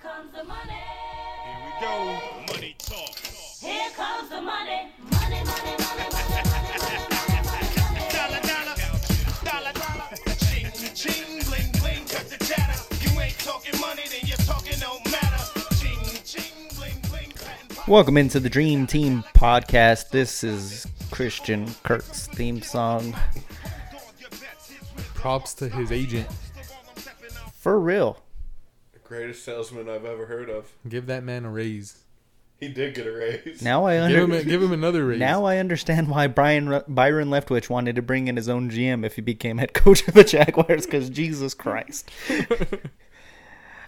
comes the money. Here we go. Money talk. Here comes the money. Money, money, money, money, money, money, money, money, money. Dollar, dollar, dollar, dollar. Ching, ching, bling, bling, cut the chatter. You ain't talking money, then you're talking no matter. Ching, ching, bling, bling, patent pot. Welcome into the Dream Team podcast. This is Christian Kirk's theme song. Props to his agent. For real. Greatest salesman I've ever heard of. Give that man a raise. He did get a raise. Now I Give him, a- under- give him another raise. now I understand why Brian Ru- Byron Leftwich wanted to bring in his own GM if he became head coach of the Jaguars cuz Jesus Christ.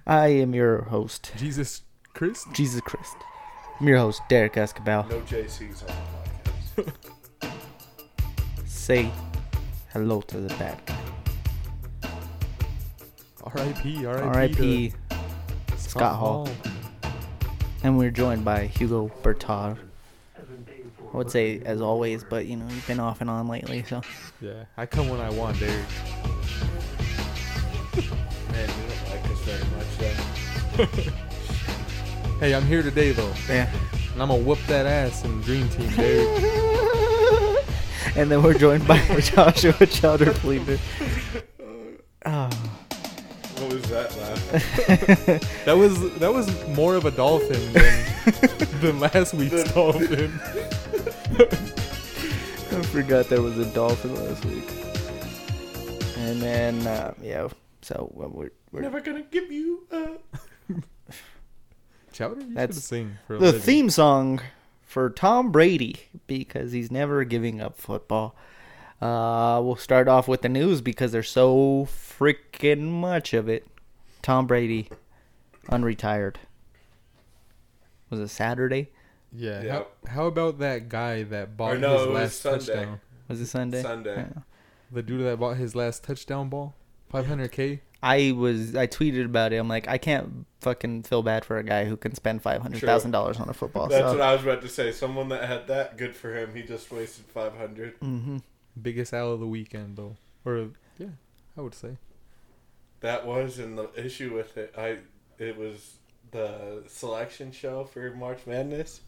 I am your host, Jesus Christ. Jesus Christ. I'm your host, Derek Escabal. No JC's on the podcast. Say hello to the bad guy. R.I.P. R.I.P. R.I.P. to Scott Hall. And we're joined by Hugo Bertard. I would say as always, but you know, he's been off and on lately, so Yeah, I come when I want, Derek. Man, you don't like us very much, though. Hey, I'm here today though, yeah. and I'm gonna whoop that ass in Dream Team, Derek. and then we're joined by Joshua Chowder Fleeman. What was that laugh? that was that was more of a dolphin than, than last week's dolphin. I forgot there was a dolphin last week. And then uh, yeah, so well, we're, we're Never gonna give you up. Chowder, you That's should sing for a the living. theme song for Tom Brady because he's never giving up football. Uh, we'll start off with the news because there's so freaking much of it. Tom Brady, unretired. Was it Saturday? Yeah. Yep. How, how about that guy that bought Or no, his it was last Sunday. touchdown? Was it Sunday? Sunday. Yeah. The dude that bought his last touchdown ball, 500k. I was I tweeted about it. I'm like, I can't fucking feel bad for a guy who can spend five hundred thousand dollars on a football. That's so what I was about to say. Someone that had that, good for him. He just wasted 500. biggest out of the weekend though or yeah i would say That was, and the issue with it, I it was the selection show for March Madness,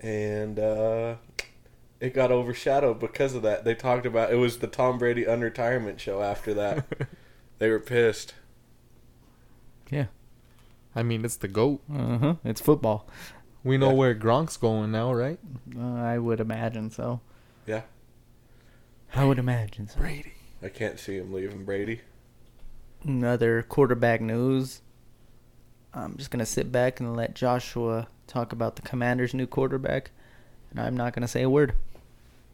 and uh, it got overshadowed because of that. They talked about it was the Tom Brady unretirement show. After that, they were pissed. yeah, i mean it's the goat uh huh. It's football. we know Yeah. where gronk's going now right Uh, I would imagine so. Yeah, I would imagine so. brady I can't see him leaving Brady. Another quarterback news. I'm just gonna sit back and let Joshua talk about the Commanders' new quarterback, and I'm not gonna say a word.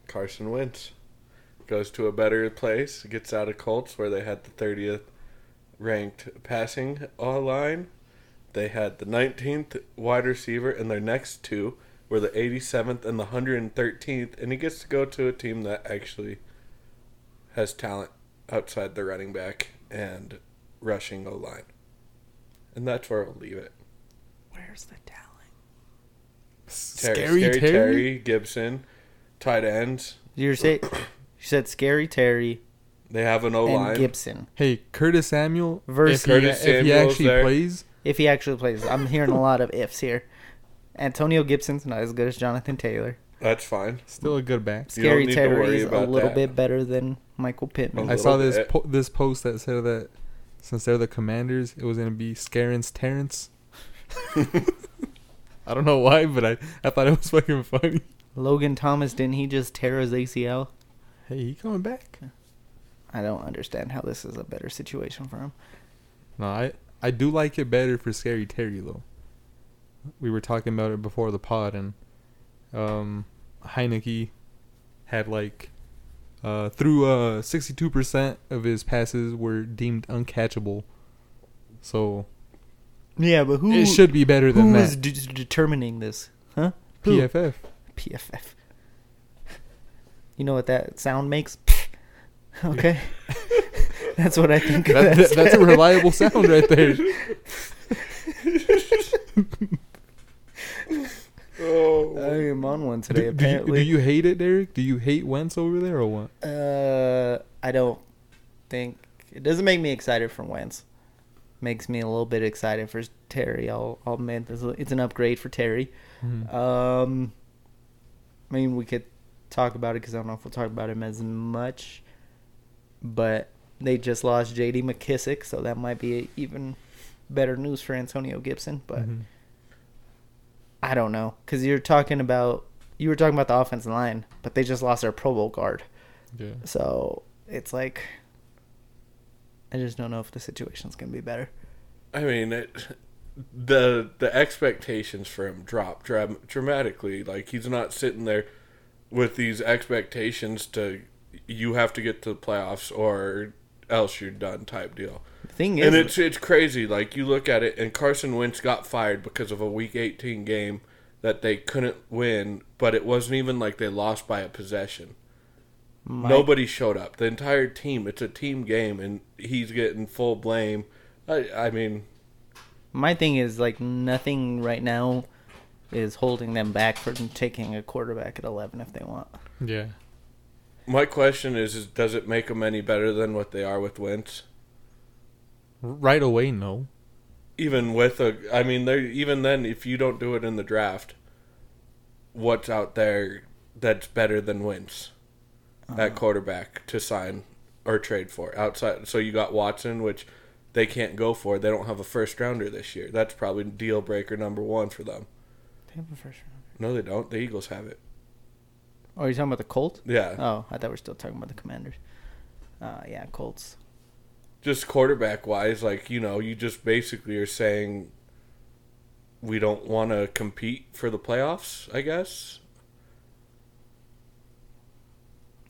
Carson Wentz goes to a better place, gets out of Colts where they had the 30th ranked passing uh, line. They had the 19th wide receiver, and their next two were the 87th and the 113th. And he gets to go to a team that actually has talent outside the running back and rushing O line. And that's where we'll leave it. Where's the talent? Ter- scary, terry, Terry Gibson, tight ends. You say you said scary Terry They have an O and line. Gibson. hey curtis samuel Versus- if he, Curtis if he Samuel's actually there. plays If he actually plays, I'm hearing a lot of ifs here. Antonio Gibson's not as good as Jonathan Taylor. That's fine. still a good back You don't Scary need to Terry worry is a about little that. bit better than Michael Pittman. A i saw little this bit. po- this post that said that since they're the commanders it was gonna be scarens terrence i don't know why but i i thought it was fucking funny Logan Thomas didn't he just tear his ACL? hey he coming back I don't understand how this is a better situation for him. No, I I do like it better for Scary Terry though. We were talking about it before the pod, and um, Heineke had like uh, through uh sixty two percent of his passes were deemed uncatchable. So Yeah, but who it should be better than who is that. de- determining this? Huh? Who? PFF. PFF. You know what that sound makes? okay. that's what I think. of That, that that- that's a sound. reliable sound right there. Oh, I am on one today. Do, do you, apparently, do you hate it, Derek? Do you hate Wentz over there or what? Uh, I don't think it doesn't make me excited for Wentz. Makes me a little bit excited for Terry. I'll I'll admit this is- it's an upgrade for Terry. Um, I mean we could talk about it because I don't know if we'll talk about him as much, but they just lost J.D. McKissick, so that might be even better news for Antonio Gibson. But Mm-hmm. I don't know because you're talking about you were talking about the offensive line, but they just lost their Pro Bowl guard. Yeah. So it's like I just don't know if the situation's gonna be better. I mean, it, the the expectations for him drop dram- dramatically. Like he's not sitting there with these expectations to you have to get to the playoffs or else you're done type deal. The thing And is, it's it's crazy. Like you look at it, and Carson Wentz got fired because of a Week 18 game that they couldn't win, but it wasn't even like they lost by a possession. Nobody showed up. The entire team. It's a team game, and he's getting full blame. I, I mean, my thing is like nothing right now is holding them back from taking a quarterback at eleven if they want. Yeah. my question is, is does it make them any better than what they are with Wentz? R- Right away, no. Even with a, I mean, they even then, if you don't do it in the draft, what's out there that's better than Wentz Uh-huh. at quarterback to sign or trade for outside? So you got Watson, which they can't go for. They don't have a first rounder this year. That's probably deal breaker number one for them. They have a first round. No, they don't. The Eagles have it. Oh, you're talking about the Colts? Yeah. Oh, I thought we were still talking about the Commanders. Uh, yeah, Colts. just quarterback wise, like you know, you just basically are saying we don't want to compete for the playoffs. I guess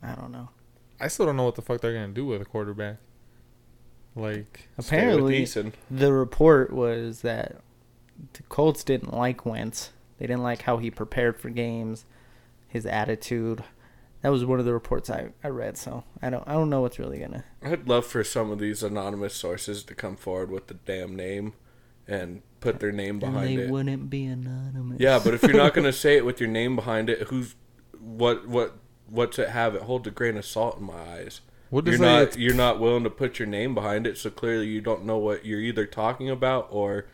I don't know. I still don't know what the fuck they're gonna do with a quarterback. Like, Apparently, Stay with Eason. the report was that the Colts didn't like Wentz. They didn't like how he prepared for games, his attitude. That was one of the reports I, I read. So I don't I don't know what's really gonna. I'd love for some of these anonymous sources to come forward with the damn name and put their name behind they it. wouldn't be anonymous. Yeah, but if you're not going to say it with your name behind it, who's what what what's it have? It holds a grain of salt in my eyes. What you're does that- not you're not willing to put your name behind it, so clearly you don't know what you're either talking about or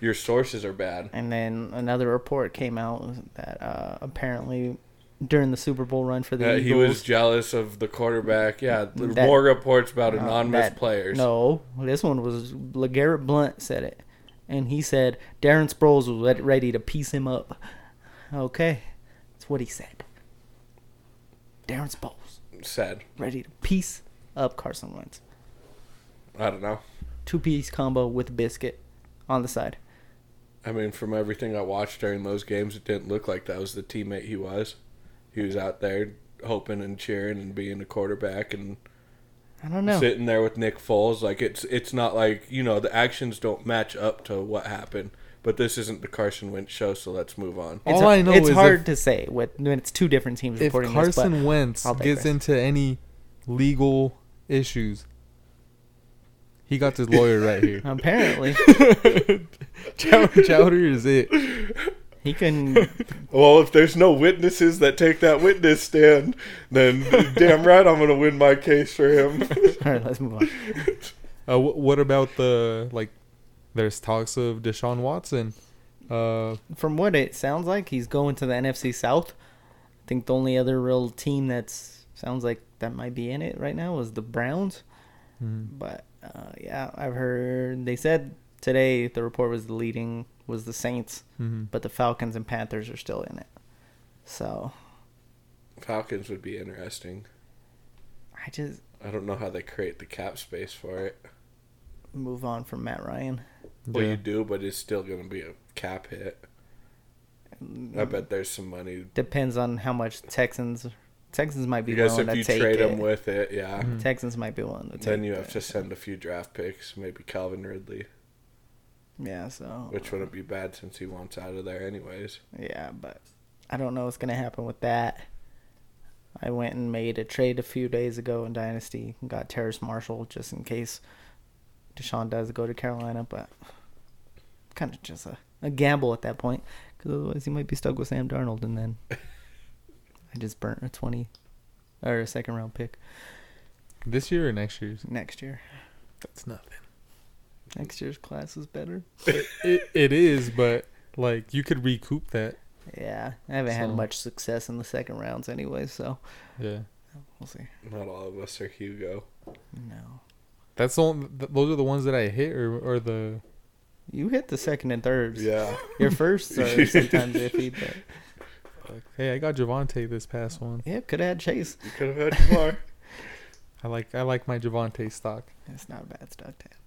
your sources are bad. And then another report came out that uh, apparently during the Super Bowl run for the Uh, Eagles, he was jealous of the quarterback. Yeah, th- That- more reports about uh, anonymous that- players. No, this one was LeGarrette Blunt said it, and he said Darren Sproles was re- ready to piece him up. Okay, that's what he said. Darren Sproles Sad. ready to piece up Carson Wentz. I don't know. Two piece combo with biscuit on the side. I mean, from everything I watched during those games, it didn't look like that was the teammate he was. He was out there hoping and cheering and being a quarterback and I don't know. sitting there with Nick Foles. Like it's it's not like you know the actions don't match up to what happened. But this isn't the Carson Wentz show, so let's move on. It's, All I know it's is hard if- to say with when it's two different teams if reporting Carson this. but Wentz I'll gets digress. into any legal issues, he got his lawyer right here. apparently Chow- Chowder is it. he can. Well, if there's no witnesses that take that witness stand, then damn right I'm gonna win my case for him. All right, let's move on. Uh, wh- what about the like? There's talks of Deshaun Watson. Uh, from what it sounds like, he's going to the NFC South. I think the only other real team that's sounds like that might be in it right now is the Browns. But uh, yeah, I've heard they said today the report was the leading was the Saints, but the Falcons and Panthers are still in it. So Falcons would be interesting. I just I don't know how they create the cap space for it. move on from Matt Ryan. Well, Yeah. you do, but it's still gonna be a cap hit. I Mm. bet there's some money. Depends on how much Texans Texans might be I guess willing if to you take trade it. him with it, yeah, Texans might be willing to take then you have it. to send a few draft picks, maybe Calvin Ridley, yeah. So which wouldn't be bad since he wants out of there anyways. Yeah, but I don't know what's gonna happen with that. I went and made a trade a few days ago in Dynasty and got Terrace Marshall just in case Deshaun does go to Carolina, but kind of just a, a gamble at that point because otherwise he might be stuck with Sam Darnold, and then I just burnt a twenty or a second round pick this year or next year's? next year. That's nothing. Next year's class is better. It, it is, but like you could recoup that. Yeah, I haven't had So- much success in the second rounds anyway, so Yeah. we'll see. Not all of us are Hugo. No, That's the only, th- those are the ones that I hit or or the you hit the second and thirds. Yeah. Your firsts are sometimes iffy, but hey I got Javante this past one. yeah, could have had Chase. You could have had Jamar. I like I like my Javante stock. It's not a bad stock to have.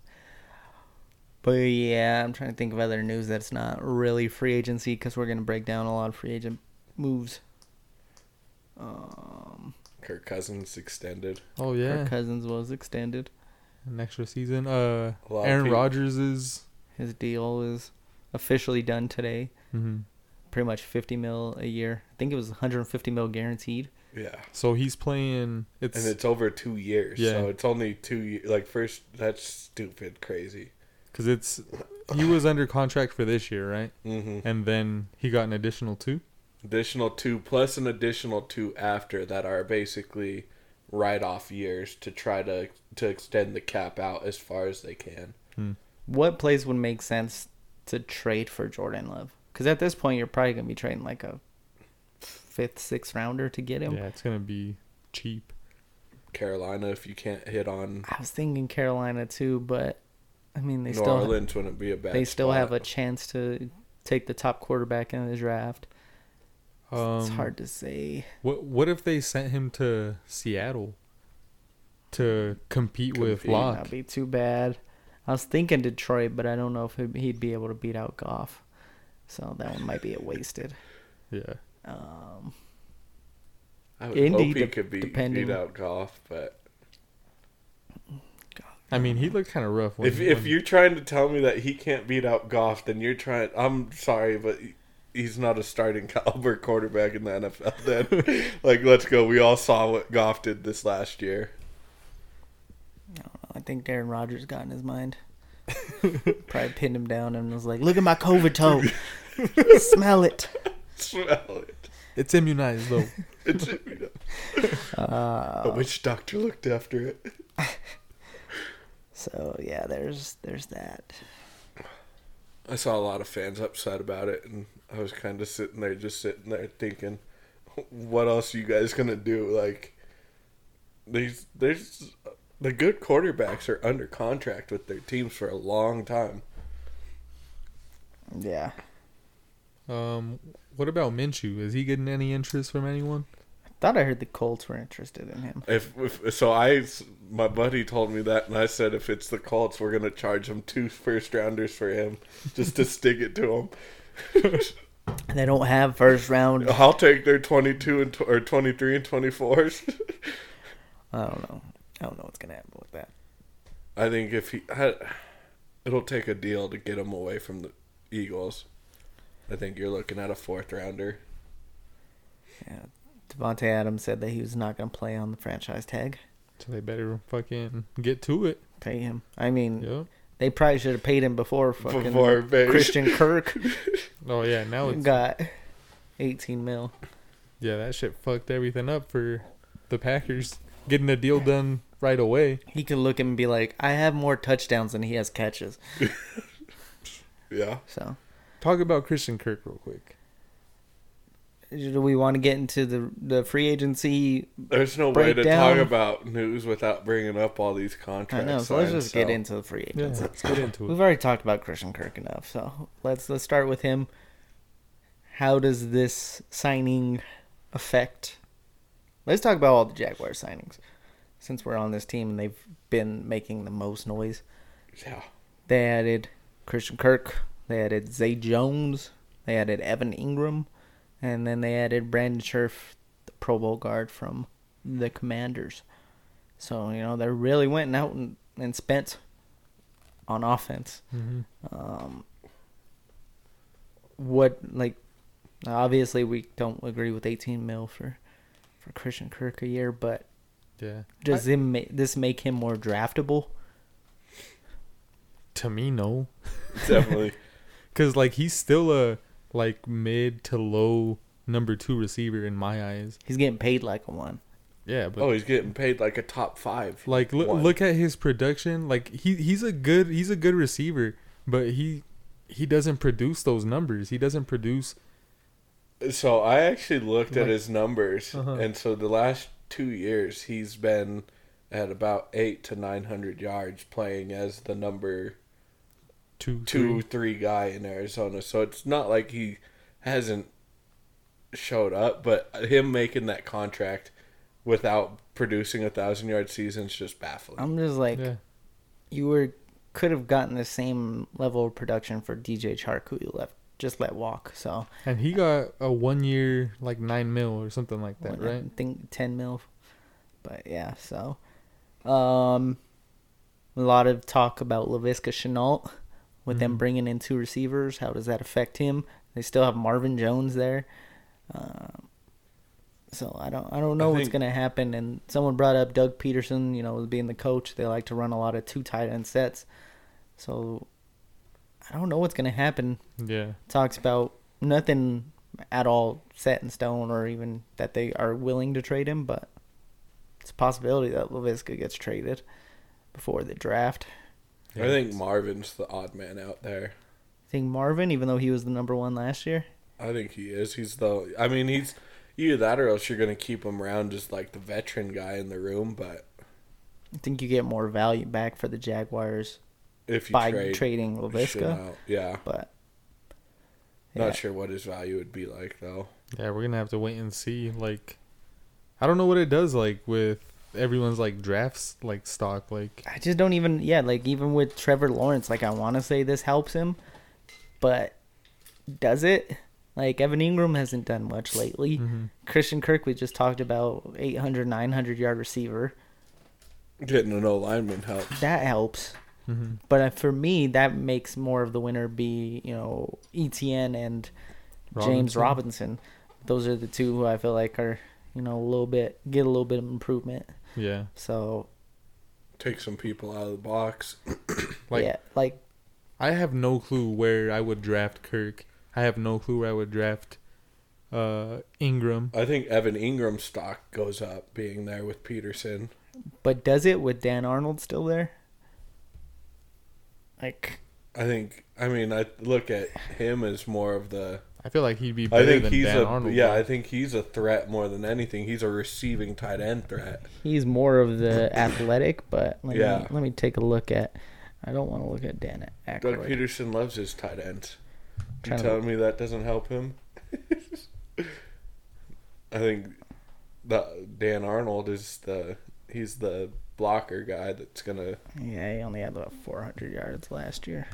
But yeah, I'm trying to think of other news that's not really free agency because we're gonna break down a lot of free agent moves. Um, Kirk Cousins extended. Oh Kirk yeah, Cousins was extended. an extra season. Uh, A lot of Aaron people- Rodgers is. His deal is officially done today. mhm. Pretty much 50 mil a year. I think it was 150 mil guaranteed. Yeah. So he's playing. It's, And it's over two years. Yeah. So it's only two years. Like, first, that's stupid crazy. because it's he was under contract for this year, right? Mm-hmm. And then he got an additional two. Additional two plus an additional two after that are basically write off years to try to to extend the cap out as far as they can. What plays would make sense to trade for Jordan Love? Because at this point, you're probably going to be trading like a fifth, sixth rounder to get him. Yeah, it's gonna be cheap. Carolina, if you can't hit on I was thinking Carolina too, but I mean they New still Orleans, wouldn't be a bad they still have a spot. chance to take the top quarterback in the draft. Um, it's hard to say. What What if they sent him to Seattle to compete, with Compete, Locke? Not be too bad. I was thinking Detroit, but I don't know if he'd- he'd be able to beat out Goff. So that one might be a wasted. yeah, Um, I would Indy, hope he dep- could be depending- beat out golf, but I mean he looked kind of rough. When, If if when- you're trying to tell me that he can't beat out Goff, then you're trying. I'm sorry, but he's not a starting caliber quarterback in the NFL. Then, like, let's go. We all saw what Goff did this last year. I think Aaron Rodgers got in his mind. Probably pinned him down and was like, "Look at my COVID toe. Smell it." Smell it. it's immunized though. It's, uh, which doctor looked after it? So yeah, there's there's that. I saw a lot of fans upset about it, and I was kind of sitting there, just sitting there thinking, what else you guys gonna do? Like, these there's the good quarterbacks are under contract with their teams for a long time. Yeah. Um, what about Minshew? Is he getting any interest from anyone? Thought I heard the Colts were interested in him. If, if so, I my buddy told me that, and I said if it's the Colts, we're gonna charge him two first rounders for him just to stick it to him. They don't have first round. I'll take their twenty two and tw- or twenty three and twenty fours. I don't know. I don't know what's gonna happen with that. I think if he, I, it'll take a deal to get him away from the Eagles. I think you're looking at a fourth rounder. Yeah. Devonte Adams said that he was not gonna play on the franchise tag. So they better fucking get to it. Pay him. I mean, Yeah. they probably should have paid him before fucking Before pay- Christian Kirk Oh yeah, now it's got 18 mil. yeah that shit fucked everything up for the Packers getting a deal done right away. He could look at him and be like, "I have more touchdowns than he has catches." Yeah. So, Talk about Christian Kirk real quick. do we want to get into the the free agency? There's no way to Breakdown. talk about news without bringing up all these I contracts. know. So let's signed, just get so- into the free Yeah, agency. let's get into We've it. already talked about Christian Kirk enough, so let's let's start with him. How does this signing affect? Let's talk about all the Jaguar signings, since we're on this team and they've been making the most noise. Yeah. They added Christian Kirk, they added Zay Jones, they added Evan Ingram, and then they added Brandon Scherf, the Pro Bowl guard from the Commanders. So you know they really went out and, and spent on offense Um, Mhm. what like obviously we don't agree with 18 mil for for Christian Kirk a year, but Yeah. does him ma- this make him more draftable? To me, no. Definitely. Because, like, he's still a, like, mid to low number two receiver in my eyes. He's getting paid like a one. Yeah, but Oh, he's getting paid like a top five. like look one. look at his production. Like he he's a good he's a good receiver, but he he doesn't produce those numbers. He doesn't produce So I actually looked at Like- his numbers, Uh-huh. and so the last two years he's been at about eight to nine hundred yards playing as the number two two, three. three guy in Arizona. So it's not like he hasn't showed up, but him making that contract without producing a thousand yard season is just baffling. I'm just like Yeah. you were could have gotten the same level of production for DJ Chark who you left just let walk. So And he got a one year like nine mil or something like that, what, right? I think ten mil. But yeah, so um, a lot of talk about Lavisca Chenault with Mm-hmm. them bringing in two receivers. How does that affect him? They still have Marvin Jones there. Uh, so I don't I don't know what's think- gonna happen. And someone brought up Doug Peterson. You know, being the coach, they like to run a lot of two tight end sets. So I don't know what's gonna happen Yeah. talks about nothing at all set in stone or even that they are willing to trade him, but it's a possibility that LaVisca gets traded before the draft. I think Marvin's the odd man out there. I think Marvin, even though he was the number one last year, I think he is. He's the. I mean, he's either that or else you're gonna keep him around as like the veteran guy in the room. But I think you get more value back for the Jaguars if you by trade trading shit LaVisca. out- yeah, But yeah. not sure what his value would be like though. Yeah, we're gonna have to wait and see. Like, I don't know what it does. Like with everyone's like drafts, like stock, like I just don't even yeah, like even with Trevor Lawrence, like I wanna say this helps him, but does it? Like Evan Ingram hasn't done much lately. Christian Kirk we just talked about 800 900 yard receiver. Getting an O lineman helps. That helps. But uh, for me that makes more of the winner be, you know, ETN and James Robinson. Robinson. Those are the two who I feel like are, you know, a little bit get a little bit of improvement. yeah, So, Take some people out of the box. like yeah, like I have no clue where I would draft Kirk. I have no clue where I would draft uh Ingram. I think Evan Ingram's stock goes up being there with Peterson. But does it with Dan Arnold still there? Like, I think. I mean, I look at him as more of the. I feel like he'd be better I think than he's Dan a. Arnold. yeah, though. I think he's a threat more than anything. He's a receiving tight end threat. he's more of the athletic, but let Yeah. me let me take a look at. I don't want to look at Dan Doug Aykroyd. Peterson loves his tight ends. You Tryna- telling me that doesn't help him? I think the Dan Arnold is the he's the blocker guy that's gonna Yeah, he only had about 400 yards last year.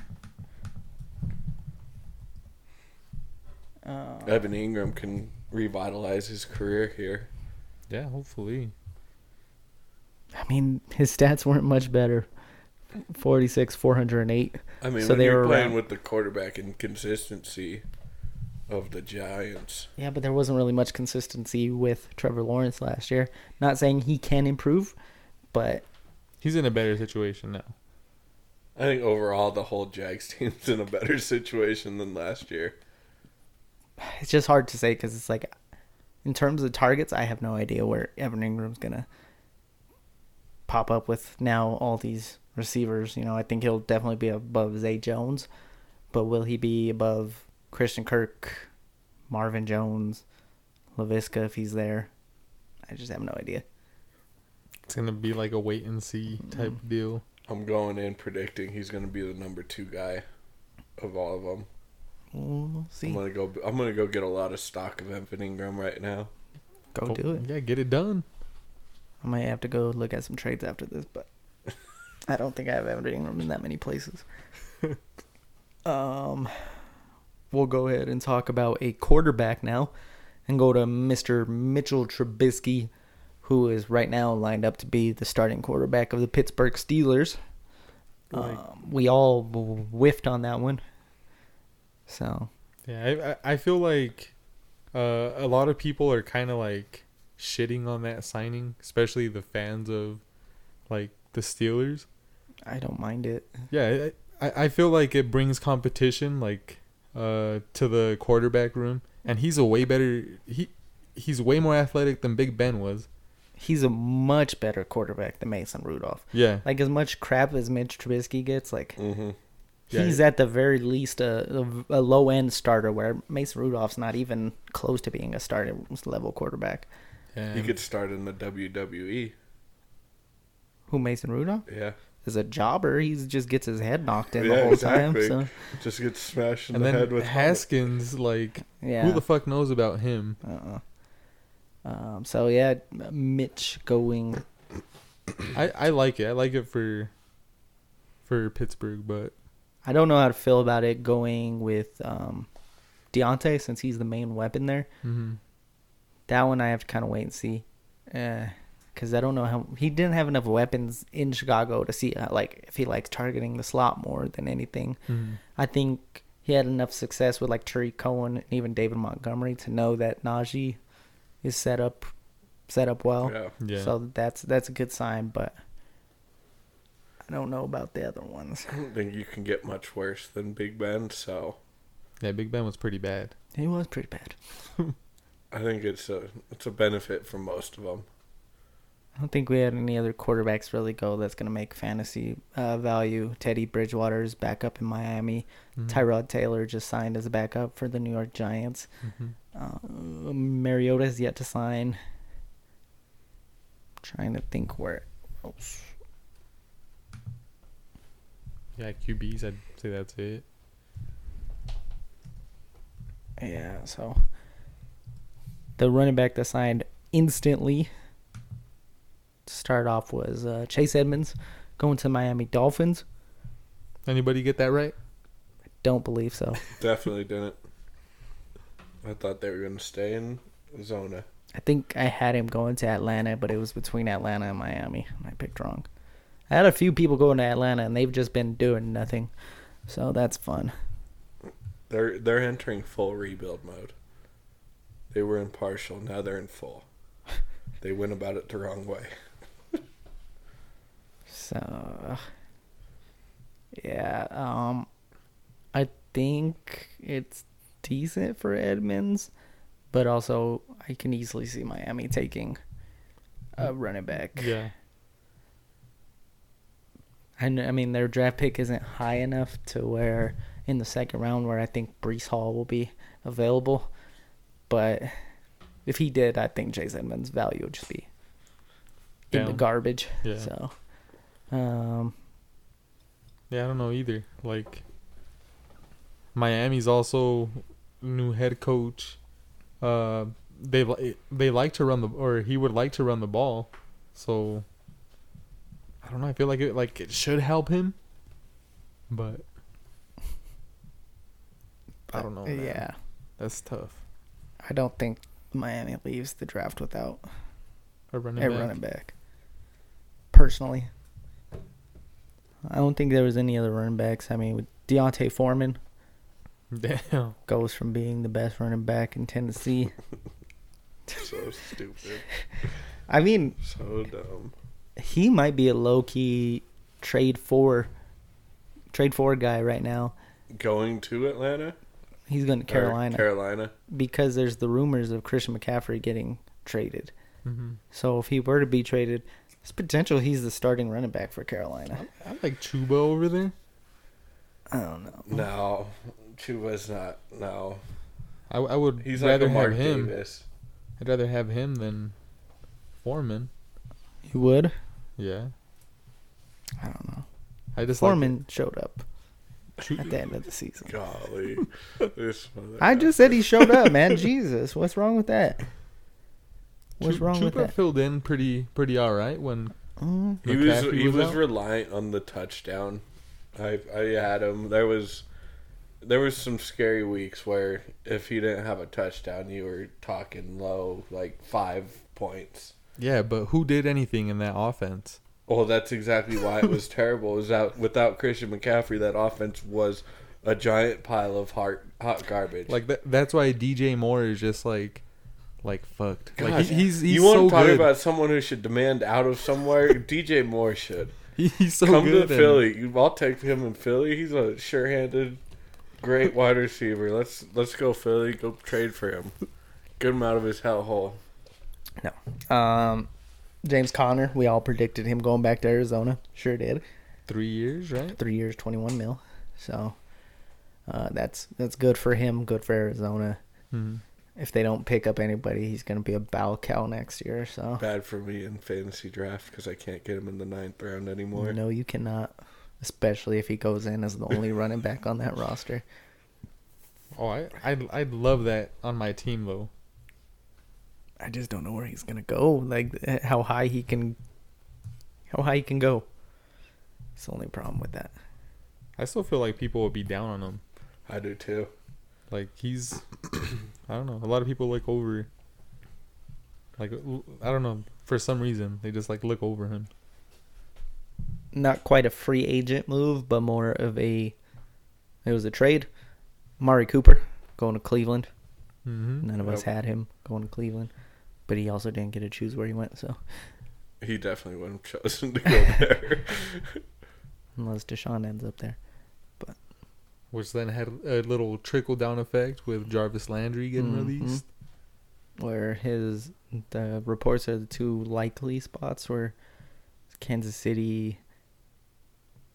Uh, Evan Ingram can revitalize his career here. yeah, hopefully. I mean, his stats weren't much better. 46, 408. I mean, So when they you're were playing around- with the quarterback inconsistency of the Giants, Yeah, but there wasn't really much consistency with Trevor Lawrence last year. Not saying he can improve, but He's in a better situation now. I think overall the whole Jags team's in a better situation than last year. it's just hard to say because it's like, in terms of targets, I have no idea where Evan Ingram's gonna pop up with now all these receivers. You know, I think he'll definitely be above Zay Jones, but will he be above Christian Kirk, Marvin Jones, Lavisca if he's there? I just have no idea. It's gonna be like a wait and see type Hmm. deal. I'm going in predicting he's gonna be the number two guy of all of them. We'll see. I'm gonna go. I'm gonna go get a lot of stock of Evan Ingram right now. Go do it. Yeah, get it done. I might have to go look at some trades after this, but I don't think I have Evan Ingram in that many places. um, we'll go ahead and talk about a quarterback now, and go to Mr. Mitchell Trubisky, who is right now lined up to be the starting quarterback of the Pittsburgh Steelers. Um, we all w- whiffed on that one, so Yeah, I I, I feel like uh, a lot of people are kind of like shitting on that signing, especially the fans of like the Steelers. I don't mind it. Yeah, I I I feel like it brings competition like uh, to the quarterback room, and he's a way better he he's way more athletic than Big Ben was. he's a much better quarterback than Mason Rudolph. Yeah. Like as much crap as Mitch Trubisky gets, like Yeah. he's at the very least a, a, low end starter, where Mason Rudolph's not even close to being a starter level quarterback. And You could start in the WWE. Who Mason Rudolph Yeah. is a jobber. He just gets his head knocked in the yeah, whole time. So Just get smashed in and the head then with Haskins, like, yeah. who the fuck knows about him? um, so yeah, Mitch going. I, I like it. I like it for for Pittsburgh, but I don't know how to feel about it going with um, Deontay since he's the main weapon there. mhm. That one I have to kind of wait and see, because I don't know how he didn't have enough weapons in Chicago to see uh, like if he likes targeting the slot more than anything. I think he had enough success with like Tariq Cohen and even David Montgomery to know that Najee is set up set up well. Yeah. Yeah. So that's that's a good sign, but I don't know about the other ones. I don't think you can get much worse than Big Ben, so yeah, Big Ben was pretty bad. He was pretty bad. I think it's a it's a benefit for most of them. I don't think we had any other quarterbacks really go that's going to make fantasy uh, value. Teddy Bridgewater's back up in Miami. Tyrod Taylor just signed as a backup for the New York Giants. Uh, Mariota is yet to sign. Trying to think where else. Yeah, QBs, I'd say that's it. Yeah, so the running back that signed instantly to start off was uh, Chase Edmonds going to Miami Dolphins. Anybody get that right? Don't believe so. Definitely didn't. I thought they were gonna stay in Zona. I think I had him going to Atlanta, but it was between Atlanta and Miami, and I picked wrong. I had a few people going to Atlanta, and they've just been doing nothing, so that's fun. They're they're entering full rebuild mode. They were in partial, now they're in full. They went about it the wrong way. So, yeah, um, I think it's decent for Edmonds, but also I can easily see Miami taking a running back. Yeah. And I mean, their draft pick isn't high enough to where in the second round where I think Brees Hall will be available. But if he did, I think Jay Edmonds' value would just be in the Down. garbage. Yeah. So, um, Yeah, I don't know either. Like Miami's also new head coach. Uh, they li- they like to run the or he would like to run the ball, so I don't know. I feel like it like it should help him, but I don't know. man. uh, yeah, that's tough. I don't think Miami leaves the draft without A running a back. running back. Personally, I don't think there was any other running backs. I mean, with Deontay Foreman Damn. goes from being the best running back in Tennessee. So stupid. I mean, So dumb. he might be a low key trade for trade for guy right now. Going to Atlanta? He's going to Or Carolina Carolina. because there's the rumors of Christian McCaffrey getting traded. So if he were to be traded, there's potential he's the starting running back for Carolina. I like Chuba over there. I don't know. No. Chuba's not no. I, I would He's rather like a have Mark him. Davis. I'd rather have him than Foreman. You would? Yeah. I don't know. I just Foreman showed up Like Chu- at the end of the season. Golly. this mother- I just said he showed up, man. Jesus, what's wrong with that? What's Chu- wrong with Chuba that? filled in pretty pretty all right when Mm, he was McCaffrey he was was out? reliant on the touchdown. I I had him. There was there was some scary weeks where if he didn't have a touchdown, you were talking low like five points. yeah, but who did anything in that offense? Well, Oh, that's exactly why it was terrible. Is that without Christian McCaffrey, that offense was a giant pile of hot hot garbage. Like that, that's why DJ Moore is just like like fucked. God, like he, he's he's you want so to talk good. about someone who should demand out of somewhere? DJ Moore should. he's so Come good. to and- Philly. You- I'll take him in Philly. He's a sure-handed, great wide receiver. Let's let's go Philly. Go trade for him. Get him out of his hellhole. Um, James Conner, we all predicted him going back to Arizona. Sure did. Three years, right? Three years, twenty one mil. So uh, that's that's good for him. Good for Arizona. Mm-hmm. Mhm. If they don't pick up anybody, he's going to be a bell cow next year. So Bad for me in fantasy draft because I can't get him in the ninth round anymore. no, you cannot. Especially if he goes in as the only running back on that roster. Oh, I I'd, I'd love that on my team though. I just don't know where he's gonna go. Like eh, how high he can, how high he can go. It's the only problem with that. I still feel like people would be down on him. I do too. Like he's, I don't know. A lot of people look over. Like l- I don't know. For some reason, they just like look over him. Not quite a free agent move, but more of a. It was a trade. Mari Cooper going to Cleveland. Mm-hmm. None of us Yep. had him going to Cleveland, but he also didn't get to choose where he went. So He definitely wouldn't have chosen to go there. unless Deshaun ends up there, Which then had a little trickle down effect with Jarvis Landry getting Mhm. released. where his the reports are the two likely spots were Kansas City.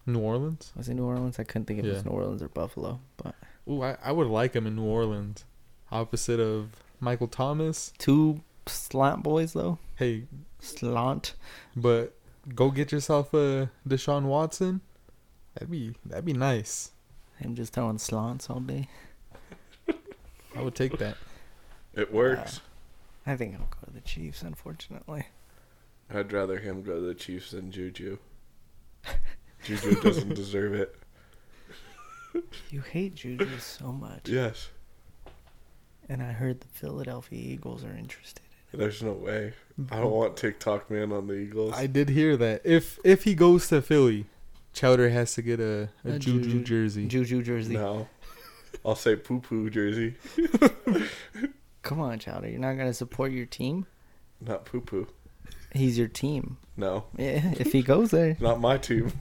New Orleans. Was it New Orleans? I couldn't think if it Yeah. was New Orleans or Buffalo, but. Ooh, I, I would like him in New Orleans. Opposite of Michael Thomas. two slant boys though. Hey, Slant. but go get yourself a Deshaun Watson. That'd be that'd be nice. Him just throwing slants all day. I would take that. it works. I think I'll go to the Chiefs, unfortunately. I'd rather him go to the Chiefs than Juju. Juju doesn't deserve it. You hate Juju so much. Yes. And I heard the Philadelphia Eagles are interested. There's no way. I don't want TikTok man on the Eagles. I did hear that. If if he goes to Philly, Chowder has to get a, a, A Juju, Juju- jersey. Juju jersey. no. I'll say poo poo jersey, Come on, Chowder. You're not gonna support your team? not poo poo. He's your team. No, Yeah, if he goes there. not my team.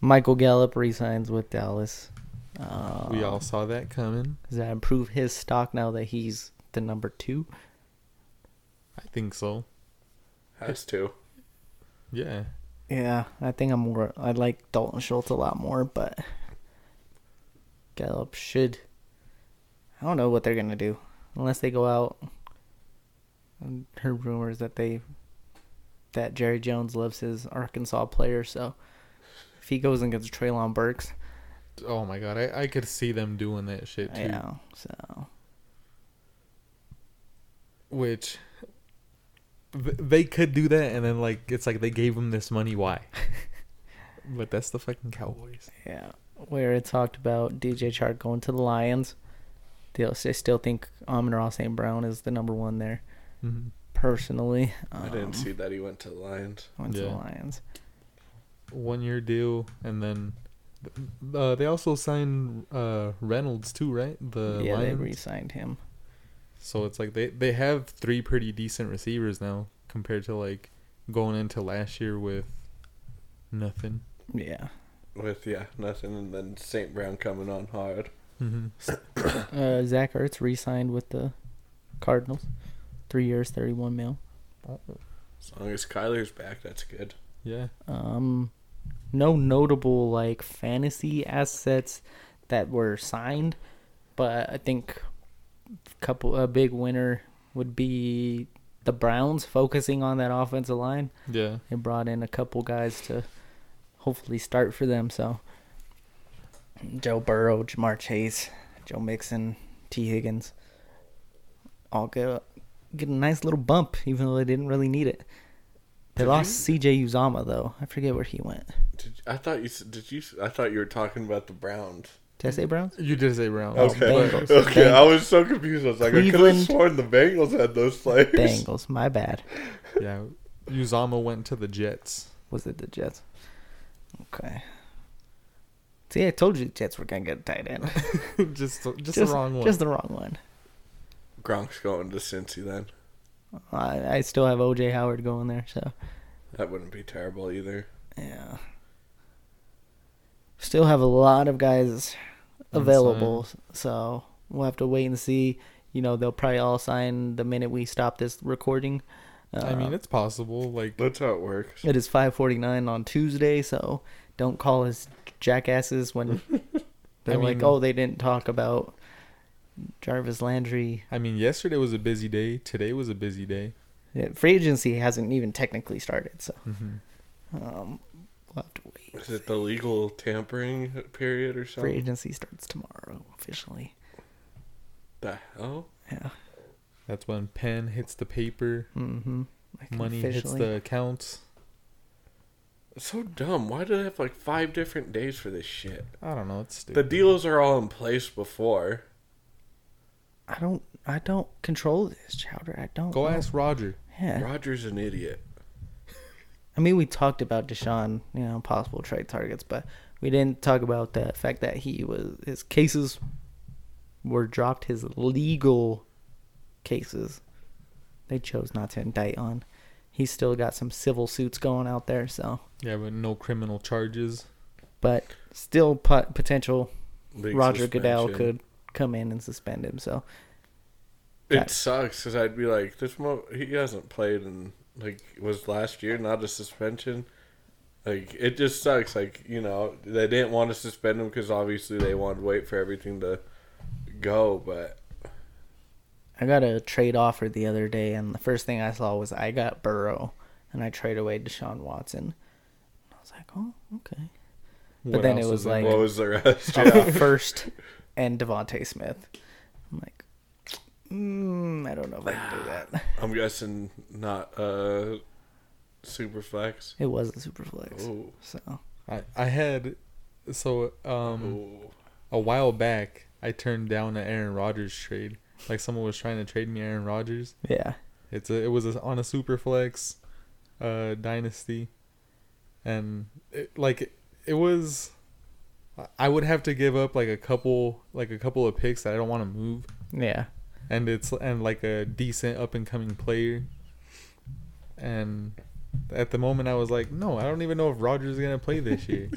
Michael Gallup resigns with Dallas. Uh, we all saw that coming. does that improve his stock now that he's the number two? I think so. Has to. Yeah. Yeah, I think I'm more. I like Dalton Schultz a lot more, but Gallup should. I don't know what they're gonna do unless they go out. I heard rumors that they that Jerry Jones loves his Arkansas player, so if he goes and gets Traylon Burks, Oh my god, I, I could see them doing that shit too. you know, so Which th- they could do that, and then like it's like they gave him this money. Why? but that's the fucking Cowboys. yeah. Where it talked about DJ Chark going to the Lions, they they still think Amon Ross St. Brown is the number one there. Mhm. Personally, I um, didn't see that he went to the Lions. went to the Yeah. Lions. One year deal, and then uh, they also signed uh, Reynolds too, right? The yeah, they Lions. re-signed him. So it's like they they have three pretty decent receivers now compared to like going into last year with nothing. Yeah. With, yeah, nothing. And then St. Brown coming on hard. Mm-hmm. Uh, Zach Ertz re-signed with the Cardinals, three years, thirty-one mil. As long as Kyler's back, that's good. Yeah. Um, no notable like fantasy assets that were signed, but I think a couple a big winner would be the Browns focusing on that offensive line. Yeah. They brought in a couple guys to hopefully start for them. So Joe Burrow, Jamar Chase, Joe Mixon, T. Higgins, all get get a nice little bump, even though they didn't really need it. They Did lost C.J. Uzama though. I forget where he went. Did, I thought you s- did you? s- I thought you were talking about the Browns. Did I say Browns? You did say Brown. Okay, Oh, Bengals. okay. Bengals. I was so confused. I was like, I could Cleveland. have sworn the Bengals had those players. Bengals. My bad. Yeah. Uzama went to the Jets. Was it the Jets? Okay. See, I told you the Jets were gonna get a tight end. just, the- just the wrong one. Just the wrong one. Gronk's going to Cincy then. I, I still have O.J. Howard going there, so. That wouldn't be terrible either. Yeah. Still have a lot of guys available, so we'll have to wait and see. You know, they'll probably all sign the minute we stop this recording. I mean, it's possible. Like, That's how it works. It is 5:49 on Tuesday, so don't call us jackasses when they're like, mean- "Oh, they didn't talk about Jarvis Landry." I mean, yesterday was a busy day. Today was a busy day. Yeah, Free agency hasn't even technically started, so um, we'll have to wait. Is it the legal tampering period or Free something? agency starts tomorrow officially. The hell? Yeah, That's when pen hits the paper, Mm-hmm. like money hits Mm, officially. the accounts. It's so dumb. Why do they have like five different days for this shit? I don't know. It's The stupid. deals are all in place before. I don't. I don't control this, Chowder. I don't. Go know. ask Roger. Yeah. Roger's an idiot. I mean, we talked about Deshaun, you know, possible trade targets, but we didn't talk about the fact that he was his cases were dropped. His legal cases, they chose not to indict on. He's still got some civil suits going out there, so Yeah, but no criminal charges. but still pot- potential. League Roger Goodell suspension. could come in and suspend him. So It sucks because I'd be like, this mo he hasn't played in like was last year not a suspension. Like it just sucks. Like you know they didn't want to suspend him because obviously they wanted to wait for everything to go. But I got a trade offer the other day, and the first thing I saw was I got Burrow, and I trade away Deshaun Watson. I was like, oh, okay. What then it else was is in like- there? what was the rest? Top yeah. first and Devonte Smith. I'm like, mm, I don't know if I can do that. I'm guessing not uh, super flex. It was a super flex. Oh, So I, I had so um a while back I turned down an Aaron Rodgers trade. Like someone was trying to trade me Aaron Rodgers. yeah, It's a, it was a, on a Superflex uh, dynasty, and it, like it was, I would have to give up like a couple like a couple of picks that I don't want to move, yeah. and it's and like a decent up and coming player. And at the moment, I was like, no, I don't even know if Rogers is gonna play this year.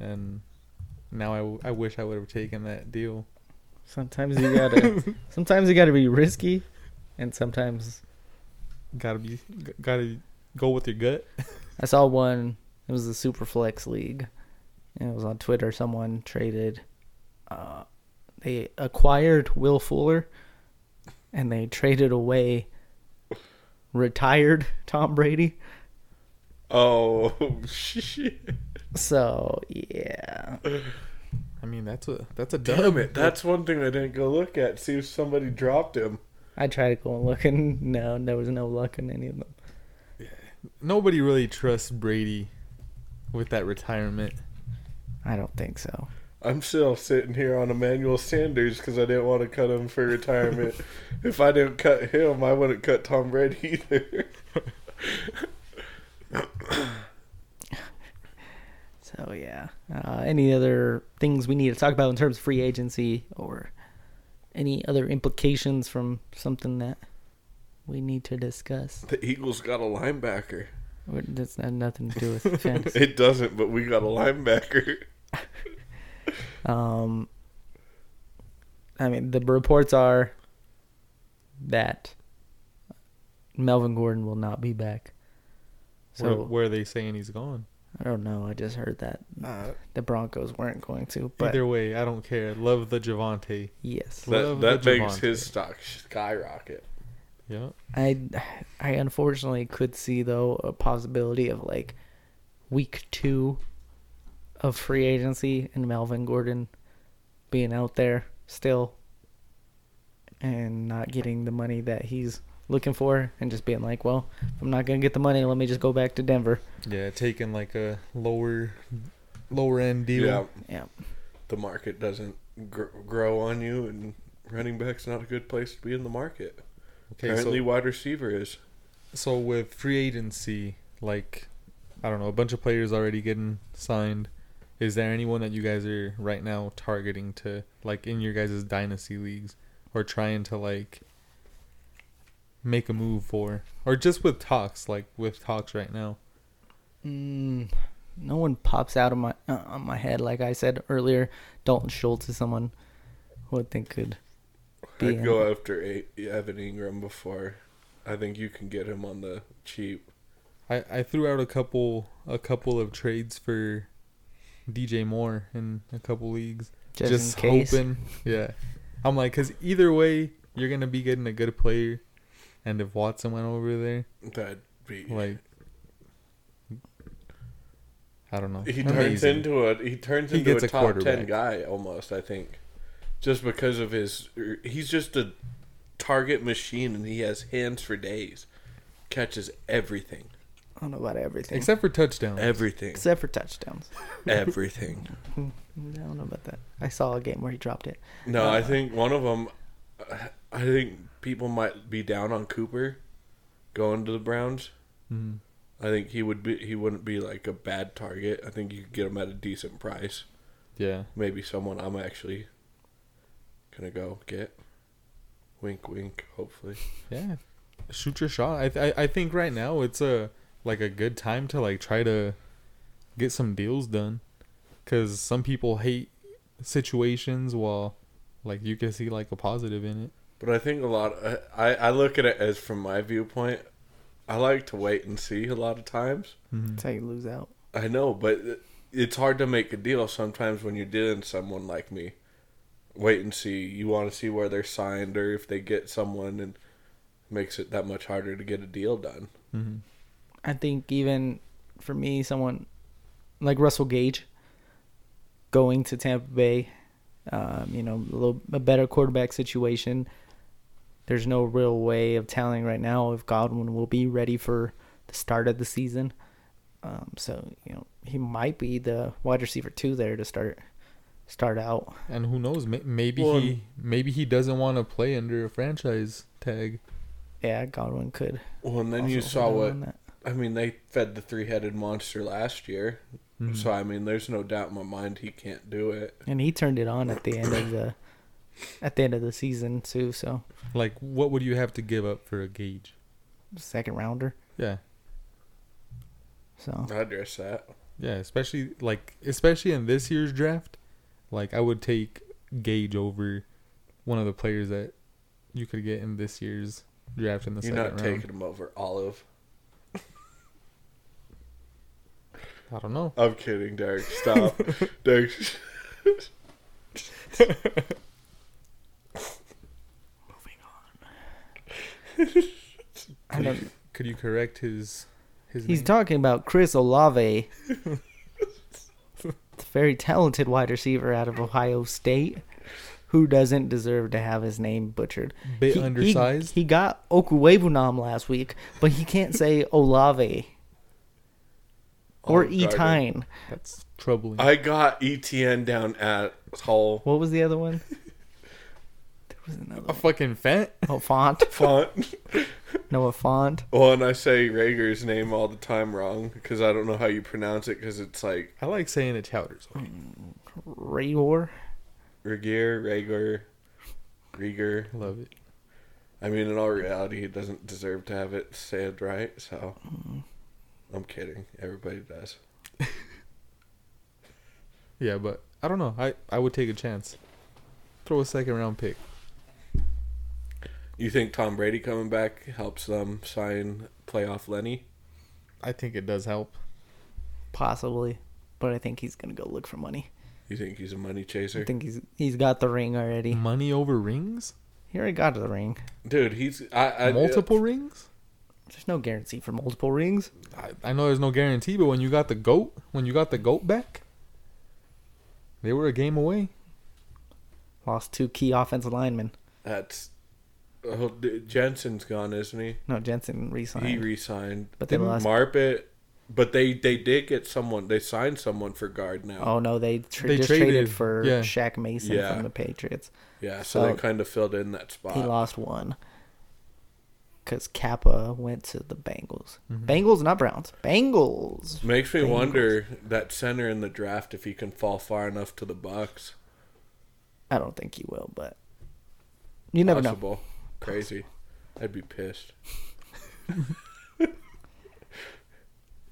and now I, w- I wish I would have taken that deal. Sometimes you gotta, sometimes you gotta be risky, and sometimes Gotta be g- gotta go with your gut. I saw one. It was the super flex league, and it was on Twitter. Someone traded. Uh, they acquired Will Fuller, and they traded away retired Tom Brady. oh shit! So yeah, I mean, that's a that's a Damn it! That's one thing I didn't go look at. See if somebody dropped him. I tried to go and look, and no, there was no luck in any of them. nobody really trusts Brady with that retirement. I don't think so. I'm still sitting here on Emmanuel Sanders because I didn't want to cut him for retirement. if I didn't cut him, I wouldn't cut Tom Brady either. So yeah. Uh, any other things we need to talk about in terms of free agency, or any other implications from something that we need to discuss? the Eagles got a linebacker. Or That's not nothing to do with fantasy. It doesn't, but we got a linebacker. Um, I mean, the reports are that Melvin Gordon will not be back. where, So where are they saying he's gone? I don't know. I just heard that Uh, the Broncos weren't going to, but Either way, I don't care. Love the Javante. yes, That, Love that the makes Javonte. his stock skyrocket. Yeah, I I unfortunately could see though a possibility of like week two of free agency and Melvin Gordon being out there still and not getting the money that he's looking for and just being like, well, if I'm not gonna get the money. Let me just go back to Denver. yeah, taking like a lower lower end deal. Yeah, Yeah, the market doesn't gr- grow on you, and running back's not a good place to be in the market. Okay, Apparently, so wide receiver is. so with free agency, like I don't know, a bunch of players already getting signed. Is there anyone that you guys are right now targeting to like in your guys' dynasty leagues or trying to like make a move for or just with talks like with talks right now? mm, no one pops out of my uh, on my head like I said earlier. Dalton Schultz is someone who I think could be I'd in- go after a- Evan Ingram before I think you can get him on the cheap. I, I threw out a couple a couple of trades for DJ Moore in a couple leagues. Just, just in case. hoping. Yeah, I'm like, cause either way, you're gonna be getting a good player, and if Watson went over there, That'd be like, I don't know. he turns Amazing. into a he turns He into gets a a top ten quarterback. guy almost. I think just because of his, he's just a target machine, and he has hands for days. Catches everything, I don't know about everything. Except, except for touchdown. everything, for touchdowns. everything. I don't know about that. I saw a game where he dropped it. No, I think one of them. I think people might be down on Cooper going to the Browns. Hmm. I think he would be. He wouldn't be like a bad target. I think you could get him at a decent price. yeah, Maybe someone I'm actually gonna go get. Wink, wink. Hopefully, yeah. Shoot your shot. I, th- I I think right now it's a like a good time to like try to get some deals done, cause some people hate situations while like you can see like a positive in it. but I think a lot. I I look at it as from my viewpoint. I like to wait and see a lot of times. That's how you lose out. I know, but it's hard to make a deal sometimes when you're dealing with someone like me. Wait and see. You want to see where they're signed or if they get someone, and makes it that much harder to get a deal done. I think even for me, someone like Russell Gage going to Tampa Bay, um, you know, a little a better quarterback situation. There's no real way of telling right now if Godwin will be ready for the start of the season. Um, so you know, he might be the wide receiver two there to start start out. And who knows? may- Maybe Well, he maybe he doesn't want to play under a franchise tag. Yeah, Godwin could. Well, and then you also saw go what on that. I mean. They fed the three-headed monster last year, so I mean, there's no doubt in my mind he can't do it. and he turned it on at the end of the at the end of the season too. So Like, what would you have to give up for a gauge? second rounder. Yeah, So I address that. yeah. Especially like especially in this year's draft, like I would take Gage over one of the players that you could get in this year's draft in the You're second not round. taking him over Olive. I don't know. I'm kidding, Derek. Stop, Derek. I don't, Could you correct his his He's name? talking about Chris Olave, the very talented wide receiver out of Ohio State, who doesn't deserve to have his name butchered. Bit He- he- undersized? He, got Okuwebunam last week, but he can't say Olave or Olive E Garden. Tyne. Oh, That's troubling. I got ETN down at Hull What was the other one? There was another. a One. fucking fat. Oh, Font. font. Noah Font. Well, and I say Rager's name all the time wrong because I don't know how you pronounce it because it's like I like saying it chowders. Rayor. Regier, Rager, Rieger. Love it. I mean, in all reality, he doesn't deserve to have it said right, so I'm kidding. Everybody does. Yeah, but I don't know. I I would take a chance. Throw a second round pick. You think Tom Brady coming back helps them sign playoff Lenny? I think it does help. Possibly. But I think he's going to go look for money. You think he's a money I chaser? think he's he's got the ring already. Money over rings? He already got the ring. Dude, he's I, uh, I Multiple rings? There's no guarantee for multiple rings. I, I know there's no guarantee, but when you got the goat, when you got the goat back, they were a game away. Lost two key offensive linemen. That's oh, dude, Jensen's gone, isn't he? No, Jensen re-signed. He re-signed. But they Didn't lost- Marpet. But they they did get someone. They signed someone for guard now. oh no, they, tr- They just traded, traded, for yeah. Shaq Mason Yeah. from the Patriots. yeah, so they so- kind of filled in that spot. He lost one because Kappa went to the Bengals. Bengals, not Browns. Bengals. Makes me Bengals. wonder that center in the draft if he can fall far enough to the Bucks. I don't think he will, but you never know. Possible. Crazy. I'd be pissed.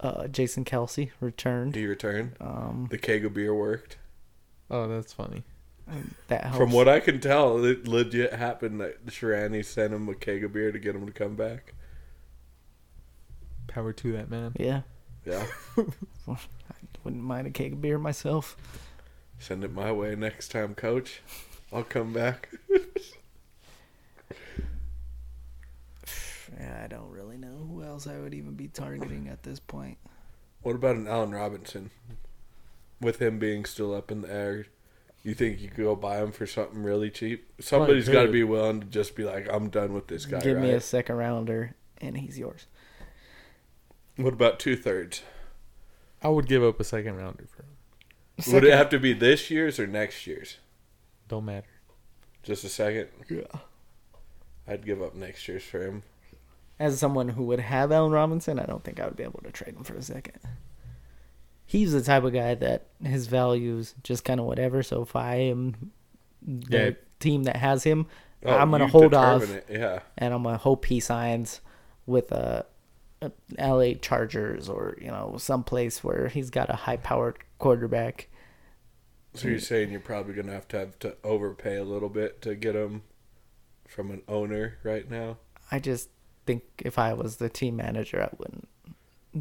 Uh, Jason Kelsey returned. Do you return? Oh. Um, the keg of beer worked. Oh, that's funny. That helps. From what I can tell, it legit happened that Shirani sent him a keg of beer to get him to come back. Power to that man. Yeah. Yeah. Wouldn't mind a keg of beer myself. Send it my way next time, coach. I'll come back. I don't really know who else I would even be targeting at this point. What about an Allen Robinson? With him being still up in the air, you think you could go buy him for something really cheap? Somebody's got to could. be willing to just be like, I'm done with this guy, Give right? me a second rounder, and he's yours. What about two thirds? I would give up a second rounder for him. Would it have to be this year's or next year's? Don't matter. Just a second. Yeah. I'd give up next year's for him. As someone who would have Allen Robinson, I don't think I would be able to trade him for a second. He's the type of guy that his values just kind of whatever. So if I am the Yeah. team that has him, Oh, I'm gonna you hold off, determine It. Yeah. and I'm gonna hope he signs with a, a L.A. Chargers or you know someplace where he's got a high-powered quarterback. So you're saying you're probably gonna have to have to overpay a little bit to get him from an owner right now. I just think if I was the team manager, I wouldn't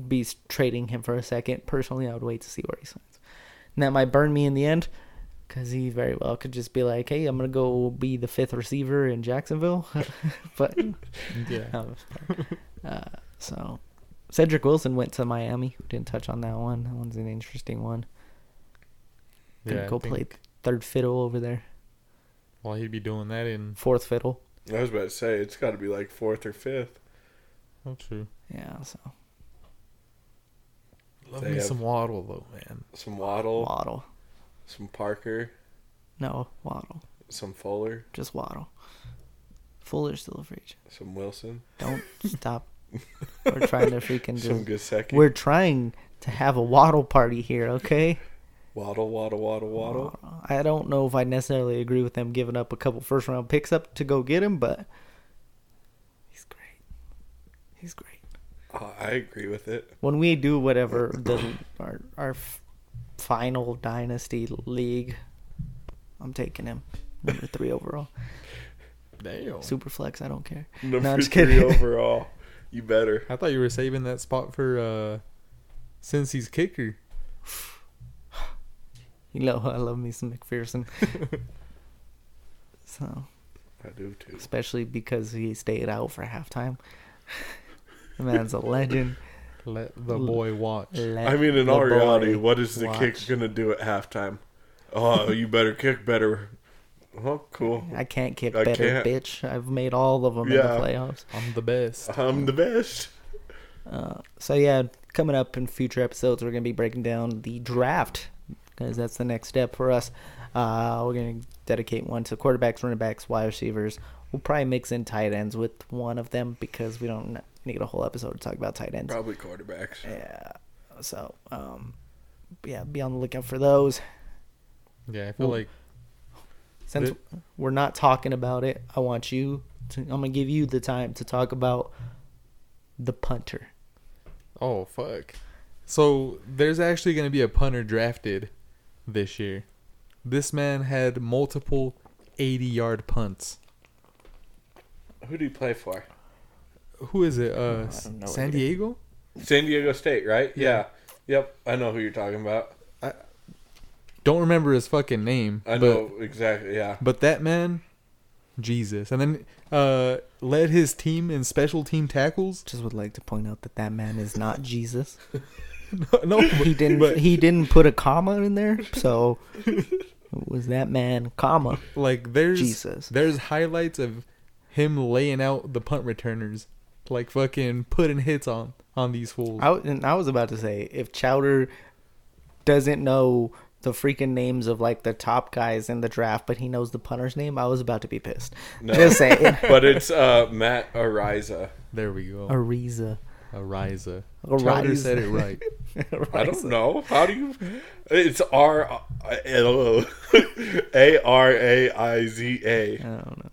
be s- trading him for a second. Personally, I would wait to see where he signs. And that might burn me in the end because he very well could just be like, hey, I'm going to go be the fifth receiver in Jacksonville. but Yeah. um, uh, so Cedric Wilson went to Miami. We didn't touch on that one. That one's an interesting one. Gonna I go think play third fiddle over there, While he'd be doing that in. fourth fiddle. I was about to say it's got to be like fourth or fifth. Oh, true. Yeah, so Love They me have- some Waddle, though, man. Some Waddle, Waddle. some Parker, No, Waddle. some Fuller, Just Waddle. Fuller's still a free agent. some Wilson, Don't stop. We're trying to freaking some just. Gusecki. We're trying to have a waddle party here, okay? Waddle, waddle, waddle, waddle. I don't know if I necessarily agree with them giving up a couple first round picks up to go get him, but he's great. He's great. Uh, I agree with it. When we do whatever the our our f- final dynasty league, I'm taking him number three overall. Damn. Super flex, I don't care. Number I'm just three kidding. overall. You better. I thought you were saving that spot for uh, Cincy's kicker. You know I love me some McPherson. so. I do too. especially because he stayed out for halftime. The man's a legend. Let the boy watch. Let I mean, in the all boy reality, what is the kick watch. gonna do at halftime? Oh, you better kick better. Oh, cool. I can't kick I better, can't. bitch. I've made all of them Yeah. in the playoffs. I'm the best. I'm the best. So yeah, coming up in future episodes, we're gonna be breaking down the draft because that's the next step for us. Uh, we're gonna dedicate one to quarterbacks, running backs, wide receivers. We'll probably mix in tight ends with one of them because we don't need a whole episode to talk about tight ends. Probably quarterbacks. Yeah. So, um, yeah, be on the lookout for those. Yeah, I feel Well, like since Th- we're not talking about it, I want you to. I'm gonna give you the time to talk about the punter. Oh fuck. So there's actually going to be a punter drafted this year. This man had multiple 80-yard punts. Who do you play for? Who is it? Uh, don't know San either. Diego. San Diego State, right? Yeah. Yep. I know who you're talking about. Don't remember his fucking name. I but, know exactly. Yeah. But that man, Jesus, and then uh, led his team in special team tackles. Just would like to point out that that man is not Jesus. no, He didn't. he didn't put a comma in there, so it was that man comma. like there's Jesus. there's highlights of him laying out the punt returners, like fucking putting hits on on these fools. I, wa- and I was about to say if Chowder doesn't know the freaking names of like the top guys in the draft, but he knows the punter's name, I was about to be pissed. Just saying, But it's uh, Matt Ariza. there we go. Ariza. Ariza. Ariza. Chowder said it right. I don't know. How do you? It's R A R A I Z I A. don't know.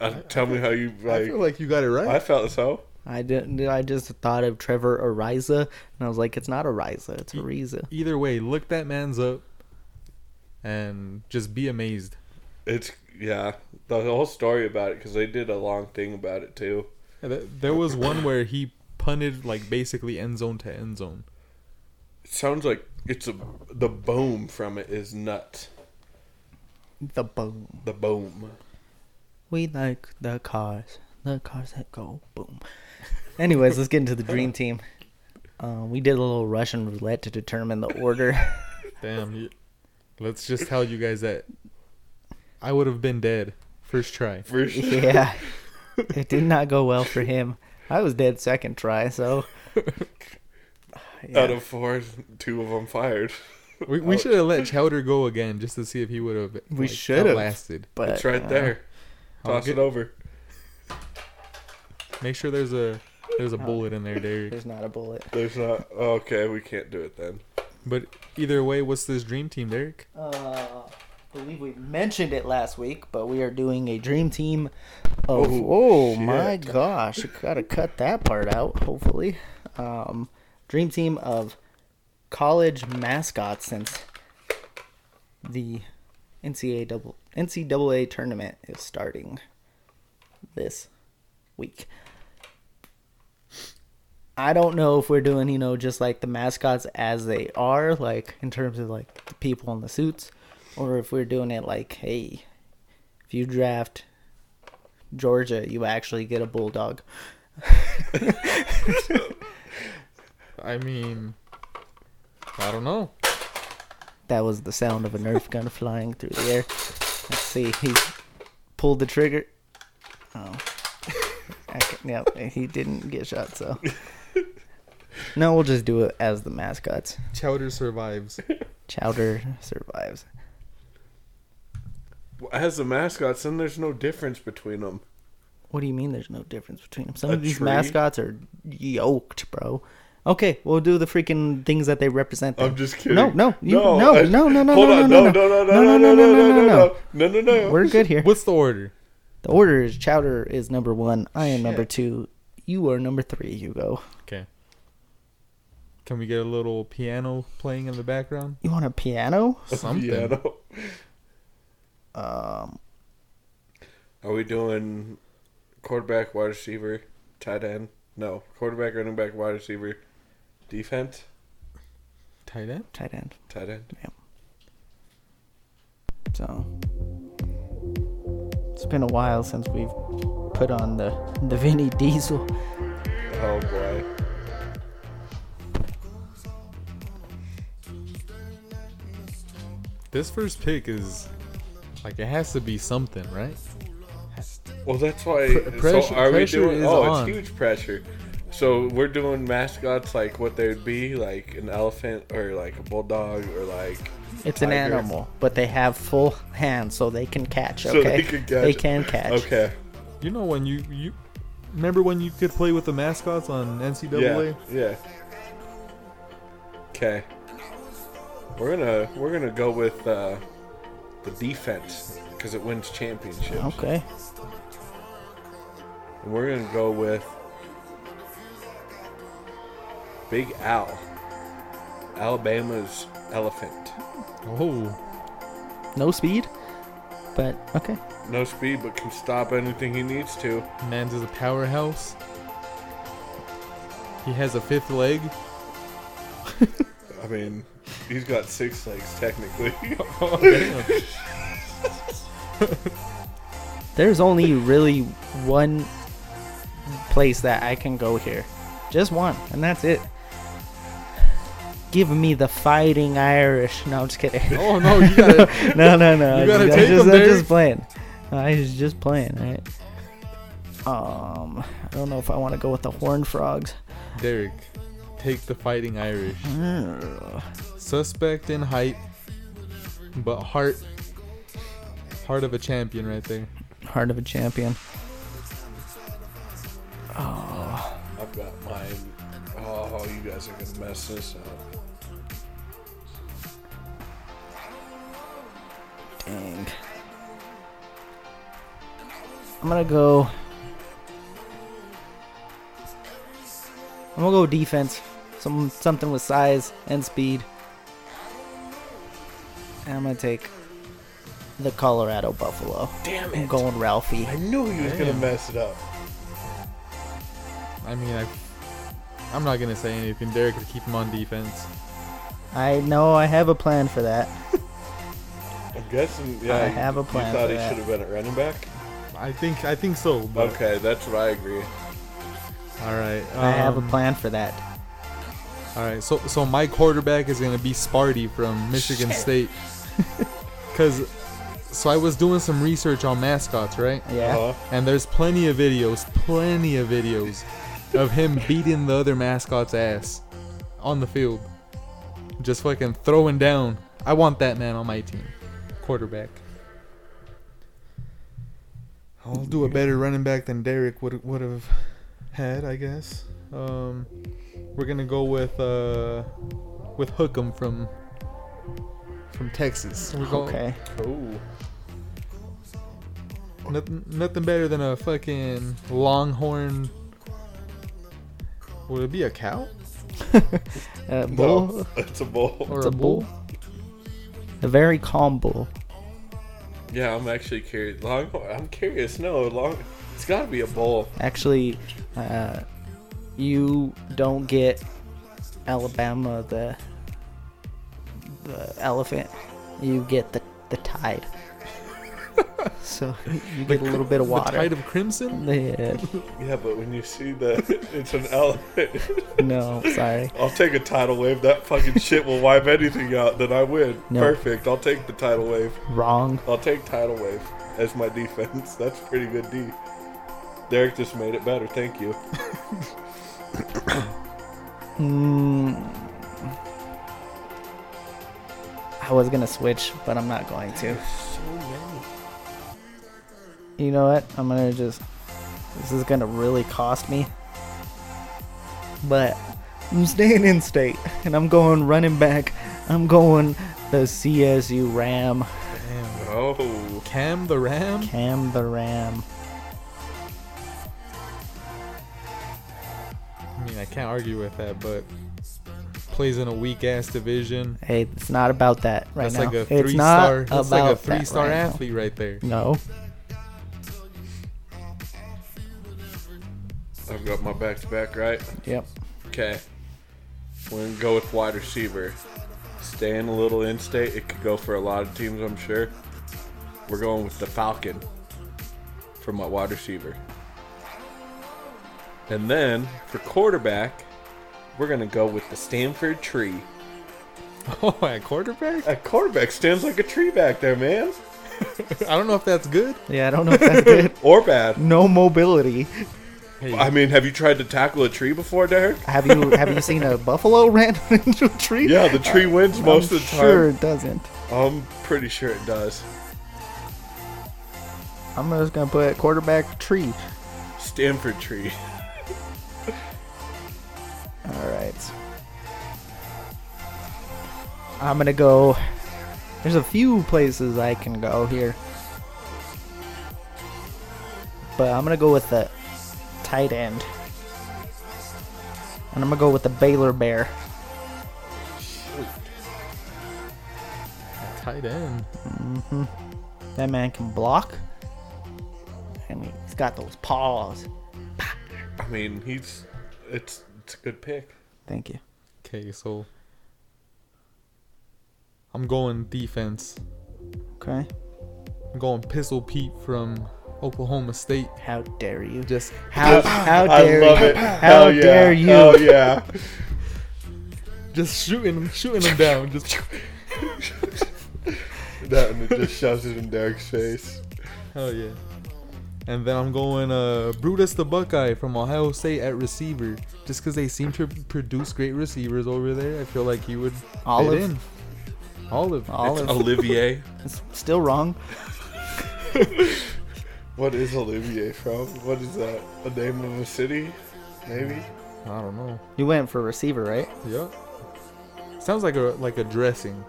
Uh, Tell me how you I like. feel like you got it I right. felt so. I didn't. I just thought of Trevor Ariza, and I was like, "It's not Ariza, it's Ariza." Either way, look that man's up and just be amazed. It's yeah. The whole story about it because they did a long thing about it too. Yeah, th- There was one where he punted like basically end zone to end zone. It sounds like it's a the boom from it is nuts. The boom. The boom. We like the cars. The cars that go boom. Anyways, let's get into the dream team. Uh, we did a little Russian roulette to determine the order. Damn. you- Let's just tell you guys that I would have been dead first try. For sure. yeah, it did not go well for him. I was dead second try, so. Yeah. Out of four, two of them fired. We, oh. we should have let Chowder go again just to see if he would have. We should have. lasted. but It's right uh, there. Toss get- it over. Make sure there's a there's a bullet in there, Derek. There's not a bullet. There's not. Okay, we can't do it then. But either way, what's this dream team, Derek? Uh, believe we mentioned it last week, but we are doing a dream team. Of, oh, my shit. gosh! Gotta cut that part out. Hopefully, um, dream team of college mascots since the NCAA NCAA tournament is starting this week. I don't know if we're doing, you know, just like the mascots as they are, like in terms of like the people in the suits, or if we're doing it like, hey, if you draft Georgia, you actually get a bulldog. I mean, I don't know. That was the sound of a Nerf gun flying through the air. Let's see, he pulled the trigger. Oh, I can, yep, he didn't get shot. So no, we'll just do it as the mascots. Chowder survives. Chowder survives. As the mascots, then there's no difference between them. What do you mean there's no difference between them? Some A of these tree? mascots are yoked, bro. Okay, we'll do the freaking things that they represent. Then. I'm just kidding. No, no, you, no, No, no, I- no, no, no, Hold no, on. no, No, no, no, no, no, no, no, no, no, no, no, no. We're good here. What's the order? The order is Chowder is number one. I am number two. You are number three, Hugo. Okay. Can we get a little piano playing in the background? You want a piano? Something. Piano. Um, Are we doing quarterback, wide receiver, tight end? No, quarterback, running back, wide receiver, defense, Tight end. tight end. tight end. So it's been a while since we've put on the the Vinny Diesel. Oh boy. This first pick is like it has to be something, right? Well, that's why. Pr- pressure- so are we pressure doing? is Oh, on. it's huge pressure. So we're doing mascots like what they'd be, like an elephant or like a bulldog or like. It's an Tiger. animal, but they have full hands, so they can catch. Okay, So they can catch. They can catch. Okay. You know when you you remember when you could play with the mascots on Yeah. NCAA? Yeah. Okay. We're gonna we're gonna go with uh, the defense because it wins championships. Okay. And we're gonna go with Big Al, Alabama's elephant. Oh, No speed, but okay. No speed, but can stop anything he needs to. man's is a powerhouse. He has a fifth leg. I mean, he's got six legs technically. There's only really one place that I can go here. Just one, and that's it. Give me the fighting Irish. No, I'm just kidding. oh no, you gotta no, no, no. You gotta I just, take I just, them, I'm Derek. just playing. I was just playing, right? Um, I don't know if I want to go with the horn frogs. Derek, take the fighting Irish. Hmm. Ugh. Suspect in height, but heart heart of a champion right there. Heart of a champion. I've got mine. Oh, you guys are gonna mess this up. Dang. I'm gonna go. I'm gonna go defense. Some something with size and speed. And I'm gonna take the Colorado Buffalo. Damn I'm it! going Ralphie. I knew he was gonna mess it up. I mean, I I'm not gonna say anything. Derek could keep him on defense. I know I have a plan for that. I'm guessing. Yeah, I have a plan You thought for he that. should have been at running back. I think I think so. But, Okay, that's what I agree. All right. I have a um, plan for that. All right, so so my quarterback is gonna be Sparty from Michigan State, cause so I was doing some research on mascots, right? Yeah. Uh-huh. And there's plenty of videos, plenty of videos of him beating the other mascot's ass on the field, just fucking throwing down. I want that man on my team, quarterback. I'll do a better running back than Derek would would have had, I guess. Um, we're gonna go with uh, with Hookem from from Texas. We're going, Okay. Ooh. Nothing, nothing better than a fucking longhorn. Would it be a cow Uh, bull. No, it's a bull. or It's a, a bull? bull. A very calm bull. Yeah, I'm actually curious. Long, I'm curious. No, long. It's got to be a bull. Actually, uh, you don't get Alabama the the elephant. You get the the tide. so you get a little bit of The water. tide of crimson. Yeah. Yeah, but when you see the, it's an elephant. No, sorry. I'll take a tidal wave. That fucking shit will wipe anything out. Then I win. No. Perfect. I'll take the tidal wave. Wrong. I'll take tidal wave as my defense. That's pretty good D. Derek just made it better. Thank you. Mm. I was gonna switch, but I'm not going to. You know what? I'm gonna just. This is gonna really cost me. But I'm staying in state, and I'm going running back. I'm going the CSU Ram, Damn. Oh, Cam the ram. Cam the Ram. I mean, I can't argue with that, but plays in a weak ass division. Hey, it's not about that right that's now. like a three it's not star. about That's like a that three star right now. athlete right there. No, I've got my back to back right. yep. Okay. We're gonna go with wide receiver. Staying a little in state, it could go for a lot of teams, I'm sure. We're going with the Falcon for my wide receiver. And then for quarterback, we're gonna go with the Stanford tree. Oh, at quarterback? A quarterback stands like a tree back there, man. I don't know if that's good. Yeah, I don't know if that's good. Or bad. No mobility. Hey, I mean, have you tried to tackle a tree before, Derek? Have you have you seen a buffalo ran into a tree? Yeah, the tree wins most I'm of the Sure, time. it doesn't. I'm pretty sure it does. I'm just gonna put quarterback tree. Stanford tree. All right. I'm gonna go. There's a few places I can go here, but I'm gonna go with the tight end, and I'm gonna go with the Baylor Bear. tight end. That man can block, and he's got those paws. I mean, he's it's it's a good pick. Thank you. Okay, so I'm going defense. Okay. I'm going Pistol Pete from Oklahoma State. How dare you? Just How how dare I love you? it. How Hell yeah. dare you? Oh yeah. just shooting him, shooting him down. Just that and it just shoves it in Derek's face. hell yeah. And then I'm going uh, Brutus the Buckeye from Ohio State at receiver, just because they seem to produce great receivers over there. I feel like he would Olive. fit in. Olive. Olive. Olivier. It's still wrong. what is Olivier from? What is that? A name of a city? Maybe. I don't know. You went for receiver, right? Yeah. Sounds like a like a dressing.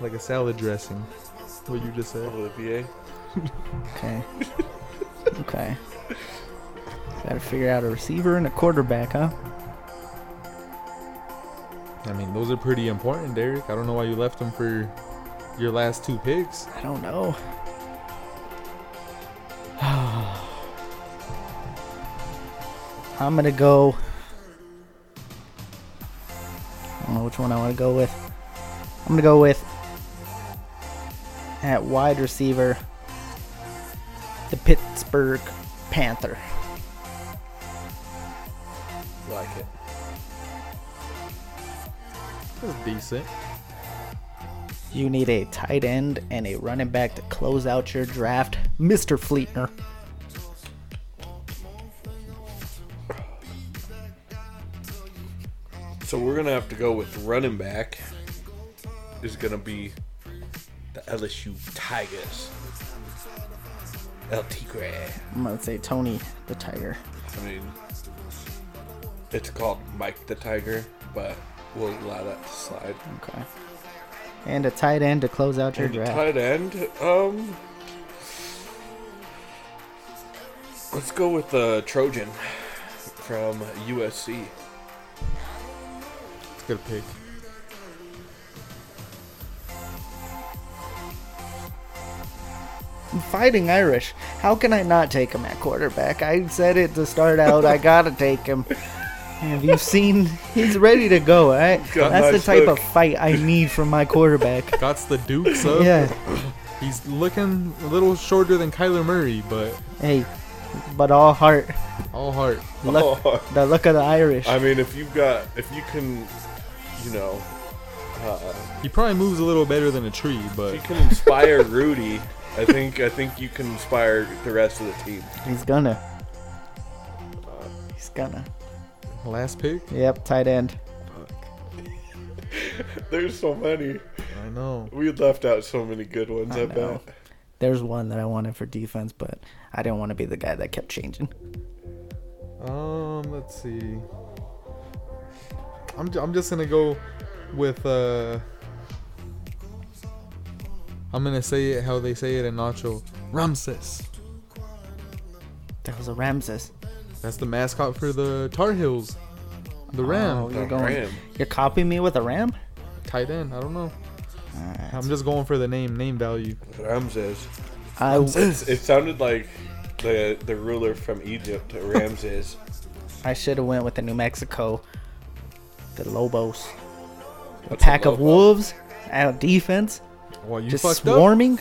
Like a salad dressing. What you just said. Olivier. Okay. okay. Gotta figure out a receiver and a quarterback, huh? I mean, those are pretty important, Derek. I don't know why you left them for your last two picks. I don't know. I'm gonna go. I don't know which one I want to go with. I'm gonna go with at wide receiver the Pittsburgh Panther. Like it. That's decent. You need a tight end and a running back to close out your draft, Mr. Fleetner. So we're gonna have to go with running back. Is gonna be the LSU Tigers. LT Gray. I'm gonna say Tony the Tiger. I mean, it's called Mike the Tiger, but we'll allow that to slide. Okay. And a tight end to close out your And the draft. tight end, um, let's go with the Trojan from USC. It's a good pick. I'm fighting Irish. How can I not take him at quarterback? I said it to start out. I gotta take him. Have you seen? He's ready to go. All right. got That's the nice type look. of fight I need from my quarterback. That's the Dukes up. yeah. He's looking a little shorter than Kyler Murray, but Hey, but all heart. all heart. Look, the look of the Irish. Oh, I mean, if you've got, if you can, you know, He probably moves a little better than a tree, if you but can inspire Rudy, I think, I think you can inspire the rest of the team. He's gonna. He's gonna. last pick? Yep, tight end. There's so many. I know. We left out so many good ones. I, I know. bet. There's one that I wanted for defense, but I didn't want to be the guy that kept changing. Um, let's see. I'm, ju- I'm just gonna go with uh. I'm gonna say it how they say it in Nacho. Ramses. That was a Ramses. That's the mascot for the Tar Heels. The Ram. Oh, you're A going. ram. You're copying me with a ram. Tight end. I don't know. Alright. I'm just going for the name, name value. Ramses. I It sounded like the the ruler from Egypt, Ramses. I should have went with the New Mexico, the Lobos, a What's a pack of Lobo? wolves out defense, Well, you just fucked up. swarming.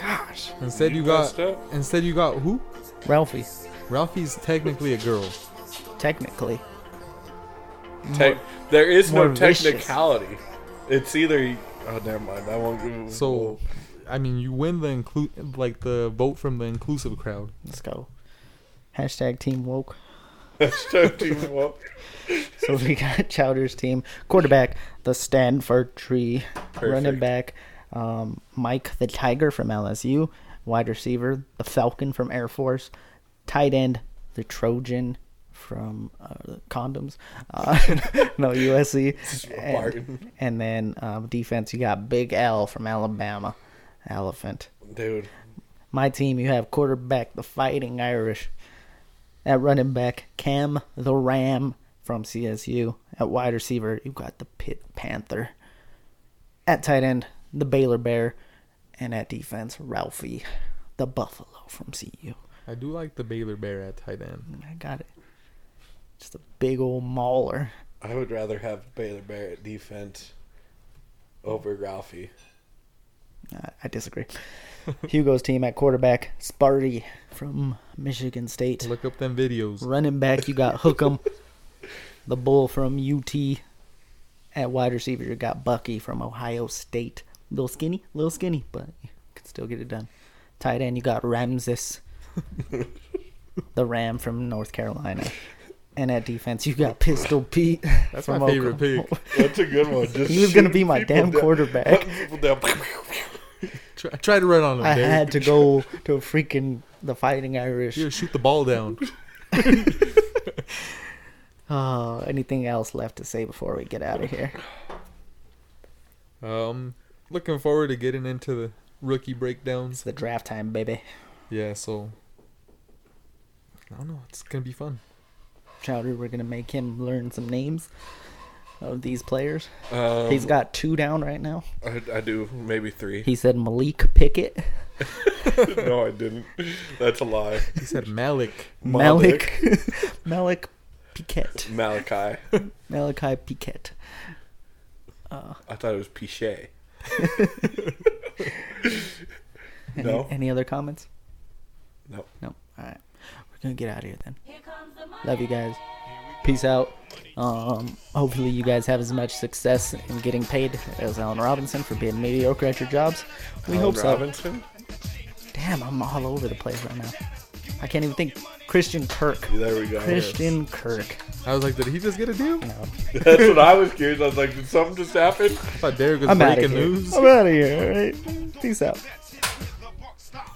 Gosh, Instead, You you got messed up. instead you got who? Ralphie, Ralphie's technically a girl. technically, Tec- there is no more vicious. technicality. It's either. Oh, never mind. I won't go. So, I mean, you win the include like the vote from the inclusive crowd. let's go. Hashtag Team Woke. Hashtag Team Wolf. So we got Chowder's team quarterback, the Stanford Tree, running Perfect. back, um, Mike the Tiger from LSU, wide receiver the Falcon from Air Force, tight end the Trojan from uh, condoms, uh, no USC, and, Spartan. and then um, defense you got Big L from Alabama, Elephant. Dude, My team you have quarterback the Fighting Irish, at running back, Cam the Ram from CSU. At wide receiver, you've got the Pitt Panther. At tight end, the Baylor Bear. And at defense, Ralphie the Buffalo from CU. I do like the Baylor Bear at tight end. I got it. Just a big old mauler. I would rather have Baylor Barrett defense over Ralphie. I- I disagree. Hugo's team at quarterback, Sparty from Michigan State. Look up them videos. Running back, you got Hookem, the bull from UT. At wide receiver, you got Bucky from Ohio State. Little skinny, little skinny, but can still get it done. Tight end, you got Ramses, the Ram from North Carolina. And at defense, you got Pistol Pete. That's from my favorite Oklahoma. pick. That's a good one. Just He was gonna shoot be my people damn down- quarterback. people down. Try, try to run on him. I Derek. had to go to freaking the Fighting Irish. You shoot the ball down. Oh, anything else left to say before we get out of here? Um, looking forward to getting into the rookie breakdowns. It's the draft time, baby. Yeah, so I don't know. It's gonna be fun. Chowder, we're gonna make him learn some names of these players. Um, He's got two down right now. I, I do maybe three. He said Malik Pickett, no, I didn't. That's a lie. He said Malik. Malik, Malik Piquet. Malachi. Malachi Piquet. I thought it was Pichet. no, Any other comments? no. No. All right. We're going to get out of here then. Here comes the money. Love you guys. Peace out. Um, hopefully you guys have as much success in getting paid as Alan Robinson for being mediocre at your jobs. We Alan hope so. Robinson. Damn, I'm all over the place right now. I can't even think. Christian Kirk. There we go. Christian Kirk. I was like, did he just get a deal? That's what I was curious. I was like, did something just happen? I thought Derek was I'm out of breaking here. news. I'm out of here. All right. Peace out.